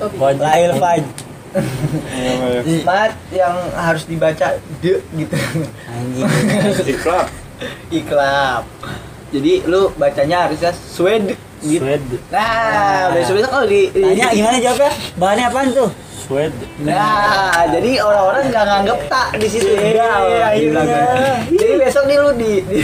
Speaker 3: Wajib.
Speaker 1: Lail Faj.
Speaker 4: Iya, iya.
Speaker 2: mat yang harus dibaca de gitu.
Speaker 1: Anjing.
Speaker 4: Iklap.
Speaker 2: Iklap. Jadi lu bacanya harusnya swed
Speaker 1: Iya.
Speaker 2: gitu.
Speaker 3: Sweat
Speaker 2: Nah, besok besok kalau di
Speaker 1: Tanya gimana jawabnya? Bahannya apaan tuh?
Speaker 3: sweat.
Speaker 2: Nah, jadi orang-orang nggak nganggep tak di situ. Iya,
Speaker 1: iya.
Speaker 2: Jadi besok nih lu di, di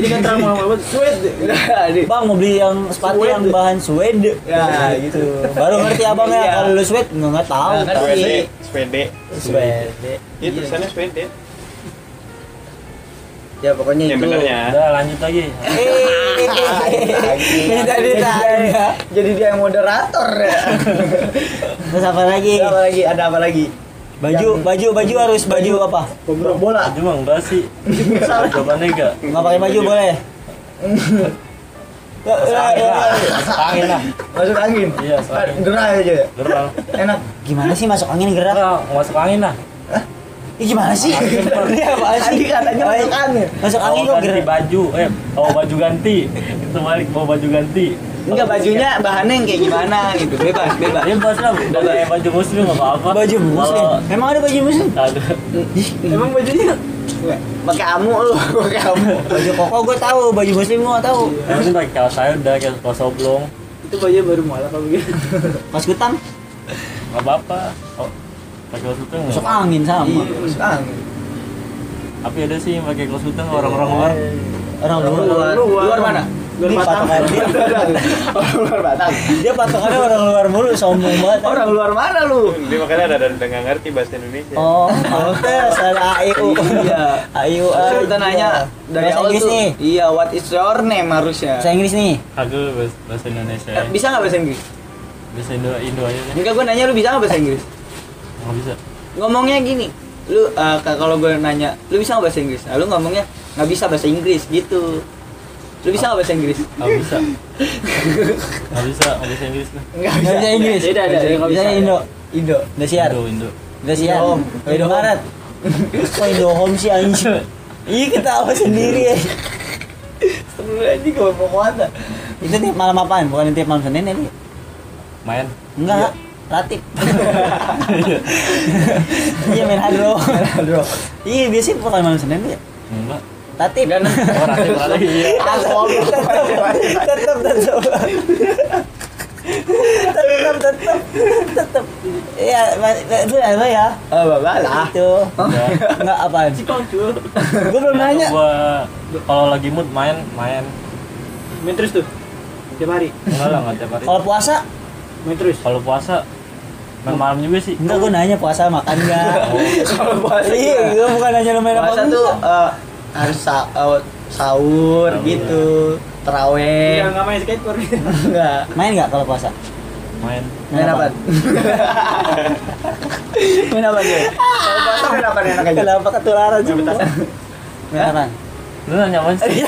Speaker 5: Jadi kan terlalu lama sweat.
Speaker 2: nah, di-
Speaker 1: Bang mau beli yang sepatu
Speaker 2: Suede.
Speaker 1: yang bahan suede.
Speaker 2: Ya, gitu.
Speaker 1: Baru ngerti abangnya
Speaker 2: Iya. Nah, kan
Speaker 1: kalau lu suede enggak enggak tahu.
Speaker 2: Nggak ngerti.
Speaker 4: Swede,
Speaker 1: Iya.
Speaker 4: Swede.
Speaker 1: Suede.
Speaker 4: Iya tulisannya Swede.
Speaker 2: Ya pokoknya
Speaker 1: Iya.
Speaker 4: Yang
Speaker 2: itu.
Speaker 4: benernya.
Speaker 3: Udah lanjut lagi.
Speaker 2: Lagi.
Speaker 1: Ini tadi
Speaker 2: Jadi
Speaker 1: tanya.
Speaker 2: dia- Jadi dia yang moderator ya.
Speaker 1: Terus apa lagi?
Speaker 2: Ada apa lagi? Ada apa lagi?
Speaker 1: Baju, baju, baju harus baju apa?
Speaker 5: Pemburu bola.
Speaker 3: Baju mah enggak sih. Jawabannya enggak.
Speaker 1: Nggak pakai baju boleh. Ya, ya,
Speaker 3: Angin
Speaker 1: ya,
Speaker 3: lah.
Speaker 1: ya.
Speaker 3: Angin lah.
Speaker 2: Masuk angin.
Speaker 3: Iya, soalnya.
Speaker 2: Gerai aja ya.
Speaker 3: Gerang.
Speaker 2: Enak.
Speaker 1: Gimana sih masuk angin gerak?
Speaker 3: Gerang masuk angin lah.
Speaker 1: Ih, gimana sih?
Speaker 3: Angin, Pak.
Speaker 1: Ini apaan sih?
Speaker 2: Tadi katanya
Speaker 1: Oh,
Speaker 2: masuk angin.
Speaker 1: Masuk angin
Speaker 3: Bawa
Speaker 1: kok
Speaker 3: ganti
Speaker 1: gerak.
Speaker 3: baju, eh bawa baju ganti. Itu balik bawa baju ganti.
Speaker 2: Enggak bajunya bahannya yang kayak gimana gitu. Bebas, bebas.
Speaker 3: Dia bos lah, udah kayak baju Iya, muslim nggak apa-apa.
Speaker 1: Baju muslim.
Speaker 3: Kalau-
Speaker 1: Emang ada baju muslim?
Speaker 3: Ada.
Speaker 2: Emang bajunya pakai amu lu, pakai amu.
Speaker 1: Baju koko gue tahu, baju muslim gue nggak tahu.
Speaker 3: Emang sih pakai kaos saya udah kayak kaos oblong.
Speaker 5: Itu bajunya baru mualaf apa begitu?
Speaker 1: Mas kutang,
Speaker 3: Nggak apa-apa. Oh, pakai kaos kutang
Speaker 1: masuk
Speaker 3: nggak?
Speaker 1: angin sama.
Speaker 2: Iya, masuk angin.
Speaker 3: Tapi ada sih yang pakai kaos kutang orang-orang luar.
Speaker 1: Orang luar.
Speaker 2: Luar, luar mana?
Speaker 5: Luar
Speaker 1: Ini
Speaker 5: Batam.
Speaker 1: patokan dia.
Speaker 2: Orang luar Batam.
Speaker 1: Dia patokannya orang luar mulu, sombong banget.
Speaker 2: Orang luar mana lu?
Speaker 1: Eh,
Speaker 4: Dia makanya ada ada nggak ngerti bahasa Indonesia.
Speaker 1: Oh, pantes ada AIU.
Speaker 2: Iya.
Speaker 1: AIU.
Speaker 2: Terus kita nanya dari
Speaker 1: Bahasa
Speaker 2: awal
Speaker 1: Inggris
Speaker 2: tuh.
Speaker 1: nih.
Speaker 2: Iya, what is your name harusnya?
Speaker 1: Bahasa Inggris nih.
Speaker 3: Aku bahas- bahasa Indonesia. ya.
Speaker 2: Eh, Bisa nggak bahasa Inggris?
Speaker 3: Bahasa Indo Indo aja deh.
Speaker 2: Enggak, gue nanya lu bisa nggak bahasa Inggris?
Speaker 3: Nggak bisa.
Speaker 2: Ngomongnya gini, lu eh, k- kalau gue nanya, lu bisa nggak bahasa Inggris? Nah, lu ngomongnya nggak bisa bahasa Inggris gitu. Lu bisa nggak bahasa Inggris?
Speaker 3: Nggak bisa. Nggak bisa. Nggak bisa Inggris lah.
Speaker 2: Nggak
Speaker 1: Nggak bisa Inggris.
Speaker 5: Beda, ada, nggak
Speaker 1: Bisa
Speaker 5: bisa.
Speaker 1: Indo.
Speaker 2: Indo.
Speaker 1: Indosiar.
Speaker 3: Indo Indo.
Speaker 1: Indosiar.
Speaker 2: Indo Home.
Speaker 1: Indo
Speaker 2: Indo Home.
Speaker 1: Barat. Kok Indo Home sih anjing? Iya ketawa sendiri ya.
Speaker 2: Seru aja gue mau kuata.
Speaker 1: Itu tiap malam apaan? Bukan tiap malam Senin ya? Li?
Speaker 3: Main.
Speaker 1: Enggak. Ratip. Iya main hadro.
Speaker 2: Bro.
Speaker 1: Iya biasanya bukan malam Senin ya.
Speaker 3: Enggak.
Speaker 1: Ratip.
Speaker 3: Oh, rati rati. Iya.
Speaker 1: tetap tetap tetap tetap tetap ya ma- itu apa ya
Speaker 2: Ah, bapak lah.
Speaker 1: itu
Speaker 3: Ya.
Speaker 1: nggak apaan
Speaker 5: Cipang cuy.
Speaker 1: gue belum nanya
Speaker 3: Gua kalau lagi mood main main.
Speaker 5: Main terus tuh. Tiap hari.
Speaker 3: Enggak lah nggak tiap hari.
Speaker 1: kalau puasa
Speaker 5: Main terus.
Speaker 3: Kalau puasa main malam juga sih. Oh,
Speaker 1: enggak gue nanya puasa makan nggak
Speaker 2: Kalau puasa
Speaker 1: iya
Speaker 2: gimana?
Speaker 1: gue bukan nanya lu main apa
Speaker 2: puasa tuh
Speaker 1: enggak.
Speaker 2: eh, harus sa- eh, sahur gitu,
Speaker 5: Iya,
Speaker 2: teraweh.
Speaker 5: nggak main skateboard.
Speaker 2: Enggak.
Speaker 1: main nggak kalau puasa
Speaker 3: Main.
Speaker 2: Main apa? main apa dia? Kalau puasa main apa enak aja?
Speaker 1: kenapa ketularan sih main apa
Speaker 3: Lu nanya apa
Speaker 1: Iya.
Speaker 3: sih?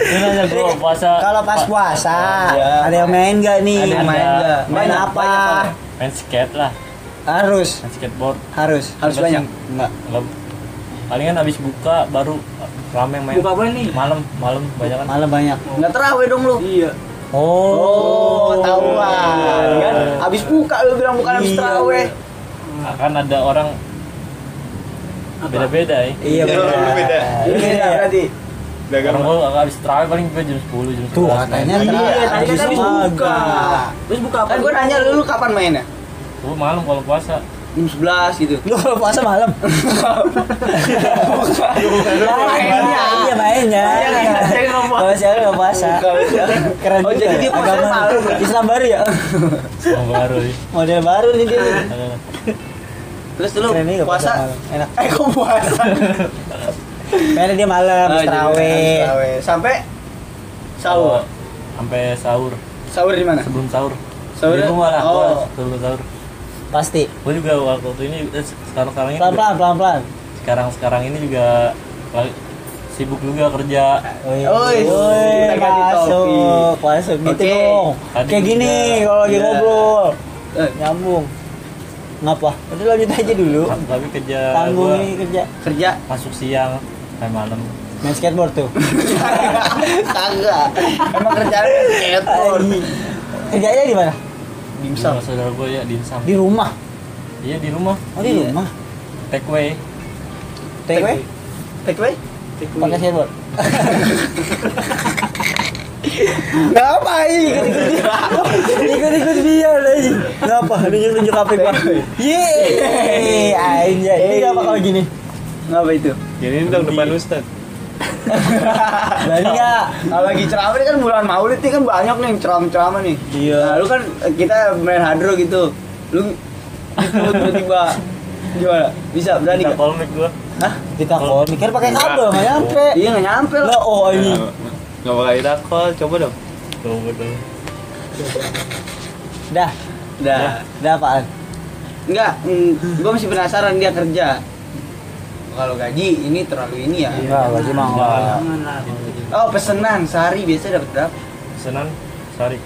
Speaker 3: Lu nanya gua puasa.
Speaker 1: kalau pas
Speaker 3: pa-
Speaker 1: puasa
Speaker 2: Iya.
Speaker 1: ada yang main nggak nih
Speaker 2: Ada yang main enggak?
Speaker 1: main
Speaker 2: Banyak,
Speaker 1: apa
Speaker 2: banyak malah.
Speaker 3: main skate lah,
Speaker 1: harus
Speaker 3: main skateboard.
Speaker 1: harus
Speaker 2: Harus
Speaker 3: Apa sih?
Speaker 2: banyak.
Speaker 1: enggak
Speaker 3: Kalau- Palingan habis buka baru rame main.
Speaker 5: Buka apa nih?
Speaker 3: Malam, malam banyak kan.
Speaker 1: malah banyak
Speaker 2: Enggak teraweh dong lu.
Speaker 5: Iya.
Speaker 2: Oh, tahuan
Speaker 3: Iya.
Speaker 2: kan? Abis buka lu bilang bukan abis
Speaker 1: Iya.
Speaker 2: teraweh.
Speaker 3: Akan ada orang beda-beda ya.
Speaker 1: Iya
Speaker 4: Iya,
Speaker 1: benar.
Speaker 4: beda.
Speaker 2: Iya, berarti.
Speaker 4: Dagang
Speaker 3: Orang gua habis terawih paling gua jam 10, jam 11.
Speaker 1: Tuh katanya
Speaker 2: Iya,
Speaker 1: terawih
Speaker 5: tadi kan
Speaker 1: habis
Speaker 5: habis buka.
Speaker 1: maghrib.
Speaker 5: Terus buka apa?
Speaker 2: Kan gue nanya lu, lu kapan mainnya?
Speaker 3: Gua malam kalau puasa.
Speaker 2: Jam 11 gitu.
Speaker 1: Lu kalau puasa malam.
Speaker 2: mainnya.
Speaker 1: Iya mainnya.
Speaker 5: Iya, saya ngomong.
Speaker 1: Kalau siapa nggak puasa. Keren
Speaker 2: Oh,
Speaker 1: juga
Speaker 2: jadi
Speaker 1: ya,
Speaker 2: dia puasa
Speaker 1: agama.
Speaker 2: malam.
Speaker 1: Islam baru ya.
Speaker 3: Sama baru ya.
Speaker 1: Model baru nih dia.
Speaker 3: Ada-
Speaker 2: Terus lu
Speaker 1: Keren juga
Speaker 2: puasa?
Speaker 1: malam. Enak.
Speaker 2: Eh, kok puasa?
Speaker 1: Mainnya dia malam
Speaker 2: Ah,
Speaker 1: habis
Speaker 2: jadi
Speaker 1: terawih.
Speaker 2: habis teraweh. Sampai
Speaker 5: Oh.
Speaker 2: sahur.
Speaker 3: Sampai sahur.
Speaker 2: Sahur di mana?
Speaker 3: Sebelum sahur.
Speaker 2: Sahur.
Speaker 3: Di rumah lah gua
Speaker 2: Oh.
Speaker 3: sebelum sahur.
Speaker 1: Pasti.
Speaker 3: Gua juga waktu ini eh, sekarang-sekarang ini juga-
Speaker 1: Pelan-pelan, pelan-pelan.
Speaker 3: sekarang-sekarang ini juga lagi- sibuk juga kerja.
Speaker 1: Woi,
Speaker 2: Oi, Oh, iya. kita ganti
Speaker 1: masuk, masuk gitu
Speaker 2: Oke.
Speaker 1: dong.
Speaker 3: Tadi
Speaker 1: Kayak gini
Speaker 3: juga.
Speaker 1: kalau lagi
Speaker 2: Iya.
Speaker 1: ngobrol,
Speaker 2: Eh,
Speaker 1: nyambung. Ngapa? Udah lanjut aja dulu.
Speaker 3: Tapi kerja
Speaker 2: Eh,
Speaker 1: Tanggung
Speaker 3: gua
Speaker 1: ini kerja.
Speaker 2: kerja
Speaker 3: masuk siang sampai malam.
Speaker 1: Main skateboard tuh.
Speaker 2: kagak emang kerjaan skateboard
Speaker 1: Ai. Kerjanya di mana?
Speaker 2: dimsum
Speaker 3: Di rumah saudara gue ya di Insam.
Speaker 1: Di rumah.
Speaker 3: Iya di rumah.
Speaker 1: Oh, di
Speaker 2: Iya.
Speaker 1: rumah.
Speaker 3: Take away.
Speaker 1: TW
Speaker 2: take away
Speaker 1: pakai
Speaker 2: Iya.
Speaker 1: skateboard.
Speaker 2: ngapa ini
Speaker 1: Ikut-ikut dia lagi. Ngapa? Nunjuk-nunjuk HP gua. Yeay, anjay. Ini
Speaker 2: Eh.
Speaker 1: apa kalau gini?
Speaker 2: ngapa itu
Speaker 4: Gini dong depan Ustad.
Speaker 1: Berani
Speaker 2: Iya.
Speaker 1: enggak?
Speaker 2: kalau lagi ceramah ini kan bulan maulid nih kan banyak nih yang ceramah-ceramah nih
Speaker 1: Iya.
Speaker 2: nah, lu kan eh, kita main hadro gitu lu gitu tiba-tiba gimana bisa berani
Speaker 3: Kita
Speaker 2: gak?
Speaker 3: call mic gue.
Speaker 2: Hah?
Speaker 1: Kita call mikir pakai kabel enggak nyampe.
Speaker 2: iya gak nyampe
Speaker 1: Lah
Speaker 2: lah
Speaker 1: oh ini.
Speaker 4: Nggak bakal kita call, coba dong.
Speaker 3: Tuh betul.
Speaker 1: Dah,
Speaker 2: dah
Speaker 1: dah apaan?
Speaker 2: Enggak, gue masih penasaran dia kerja. Kalau gaji ini terlalu ini ya.
Speaker 1: Enggak, gaji mah
Speaker 3: Enggak.
Speaker 2: Iya.
Speaker 1: enggak.
Speaker 5: Jangan lah.
Speaker 2: Oh pesenan sehari biasa dapat berapa?
Speaker 3: Gitu. Senan, sari.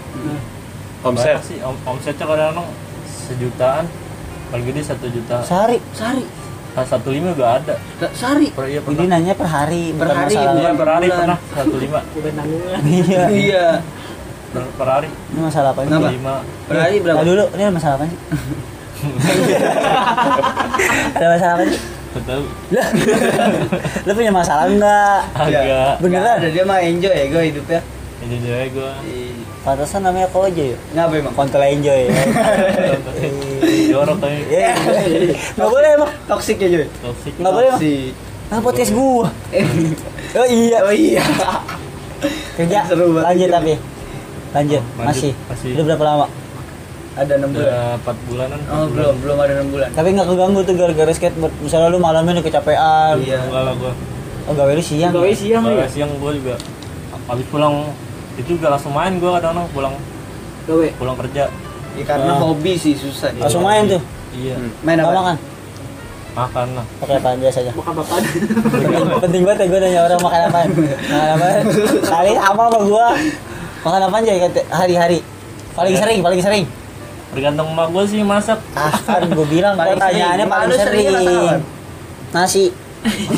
Speaker 4: omset
Speaker 3: Banyak sih, om, omsetnya kadang-kadang sejutaan. Kalau gede satu juta,
Speaker 1: Sehari.
Speaker 2: Sehari,
Speaker 3: Ah, satu lima juga ada.
Speaker 2: Nggak, sehari.
Speaker 3: Per, iya,
Speaker 1: Ini
Speaker 3: pernah.
Speaker 1: nanya per hari,
Speaker 2: Per
Speaker 1: bukan
Speaker 2: hari, gitu ya.
Speaker 1: masalah.
Speaker 3: Iya, per hari
Speaker 2: bulan.
Speaker 3: pernah satu lima.
Speaker 5: Udah nanggungan.
Speaker 1: Iya.
Speaker 2: Iya.
Speaker 3: Per, per hari
Speaker 1: Ini masalah apa ini?
Speaker 2: Kenapa?
Speaker 3: satu lima.
Speaker 2: Berarti
Speaker 1: Nah,
Speaker 2: berapa?
Speaker 1: dulu, ini ada masalah apa sih? ada masalah apa sih?
Speaker 3: Betul.
Speaker 1: Lah, Lu punya masalah enggak?
Speaker 3: Agak.
Speaker 1: Iya. Beneran?
Speaker 2: Nggak Ada dia mah enjoy ya gue hidupnya.
Speaker 3: Ini aja gue.
Speaker 2: Di-
Speaker 1: Pantesan namanya kau aja yuk.
Speaker 2: Ngapa emang?
Speaker 1: Kontol enjoy. Iya.
Speaker 3: Jorok tapi
Speaker 1: Ya, nggak boleh emang.
Speaker 2: Toxic ya Joy?
Speaker 3: toxic.
Speaker 1: Nggak boleh, Bang.
Speaker 2: Toxic.
Speaker 1: Nah, podcast gua. Oh iya.
Speaker 2: Oh iya.
Speaker 1: Kerja.
Speaker 2: Seru banget. Oh,
Speaker 1: Lanjut tapi. Lanjut.
Speaker 3: Lanjut,
Speaker 1: Masih.
Speaker 3: masih.
Speaker 1: Udah berapa lama?
Speaker 2: Ada 6 bulan.
Speaker 3: Udah empat bulanan.
Speaker 2: Oh belum, belum ada 6 bulan.
Speaker 1: Tapi nggak keganggu tuh gara-gara skateboard. Misalnya lu malamnya udah kecapean.
Speaker 2: Iya.
Speaker 3: Enggak lah gue.
Speaker 1: Oh, gawe lu siang.
Speaker 5: Gawe siang lu ya?
Speaker 3: Kalau siang gue juga habis pulang itu juga langsung main gue kadang-kadang pulang
Speaker 5: Gawe.
Speaker 3: pulang kerja
Speaker 2: Ya,
Speaker 1: Ah.
Speaker 2: karena hobi sih susah dia.
Speaker 1: Langsung main tuh. kan?
Speaker 3: iya
Speaker 4: Hmm.
Speaker 2: Main
Speaker 1: Nggak
Speaker 2: apa?
Speaker 1: makan.
Speaker 3: makan lah
Speaker 1: Pakai apaan biasa aja.
Speaker 5: Bukan bapak.
Speaker 1: penting, penting banget ya gue nanya orang makan apaan. Makan apaan? Kali sama sama gua. Makan apaan aja hari-hari. Paling sering, paling sering.
Speaker 3: tergantung emak gue sih masak
Speaker 1: Ah, kan gue bilang
Speaker 2: Paling sering.
Speaker 1: pertanyaannya paling
Speaker 2: Lu
Speaker 1: sering.
Speaker 2: seringnya masak apaan?
Speaker 1: Nasi.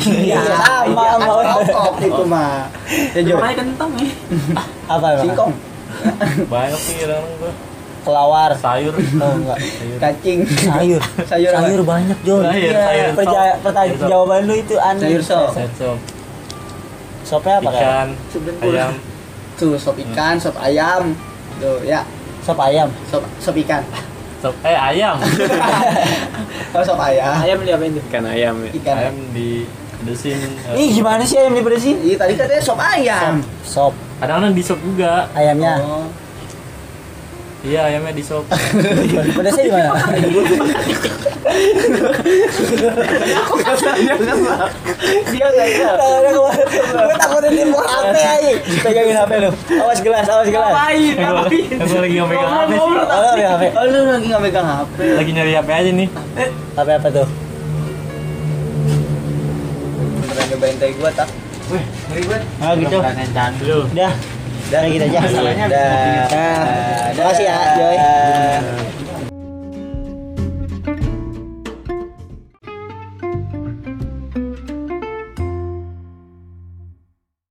Speaker 1: Iya, sama
Speaker 2: iya,
Speaker 1: sama. kan-
Speaker 2: kan rokok itu mah. Ya Joy.
Speaker 5: Makanya kentang ya.
Speaker 1: Apa emang?
Speaker 2: Singkong,
Speaker 3: banyak sih kadang-kadang gue
Speaker 1: Kelawar.
Speaker 3: sayur
Speaker 1: Oh, enggak.
Speaker 3: sayur
Speaker 2: cacing,
Speaker 1: Sayur.
Speaker 2: Sayur apa?
Speaker 1: banyak, Jon.
Speaker 3: Sayur,
Speaker 1: Iya.
Speaker 3: sayur
Speaker 1: Perja-
Speaker 3: sop.
Speaker 1: pertanya-
Speaker 3: Sayur sop.
Speaker 1: jawaban lu itu aneh.
Speaker 2: sayur sop.
Speaker 3: sayur sop,
Speaker 1: Sopnya apa kayak?
Speaker 3: ikan
Speaker 5: Sebentar.
Speaker 3: ayam
Speaker 2: Tuh sop ikan, sop ayam. Tuh ya,
Speaker 1: Sop ayam.
Speaker 2: sop sop ikan.
Speaker 3: sop eh ayam
Speaker 2: Kalau sop ayam,
Speaker 5: Ayam diapain tuh?
Speaker 4: ikan ayam ya
Speaker 2: ikan.
Speaker 3: ayam di pedesin
Speaker 1: Ih, gimana sih ayam dibersihin?
Speaker 2: Iya tadi katanya sop ayam.
Speaker 1: Sop
Speaker 3: kadang-kadang di sop juga
Speaker 1: ayamnya.
Speaker 2: Oh.
Speaker 3: iya ayamnya di sop
Speaker 1: Pedasnya di mana?
Speaker 2: Dia nggak ingat.
Speaker 1: Tangannya keluar. Gue takutnya dia mau HP aja. Pegangin HP lu. Awas gelas, awas gelas.
Speaker 5: Ngapain?
Speaker 3: Eh, gua-
Speaker 5: Ngapain?
Speaker 3: eh, gua lagi nggak pegang
Speaker 5: Ngomong,
Speaker 3: HP sih.
Speaker 5: ngomong,
Speaker 1: Oh, lu ada HP.
Speaker 2: Oh lu lagi nggak megang HP.
Speaker 3: lagi nyari hp aja nih
Speaker 1: HP apa tuh?
Speaker 2: Beneran nyobain tai gua tak? Wih, ngeri banget.
Speaker 1: Ah, gitu.
Speaker 3: lu
Speaker 1: Udah. Udah gitu aja.
Speaker 2: Masalahnya-
Speaker 1: Dah. Dah. Makasih ya, Joy.
Speaker 2: Dah.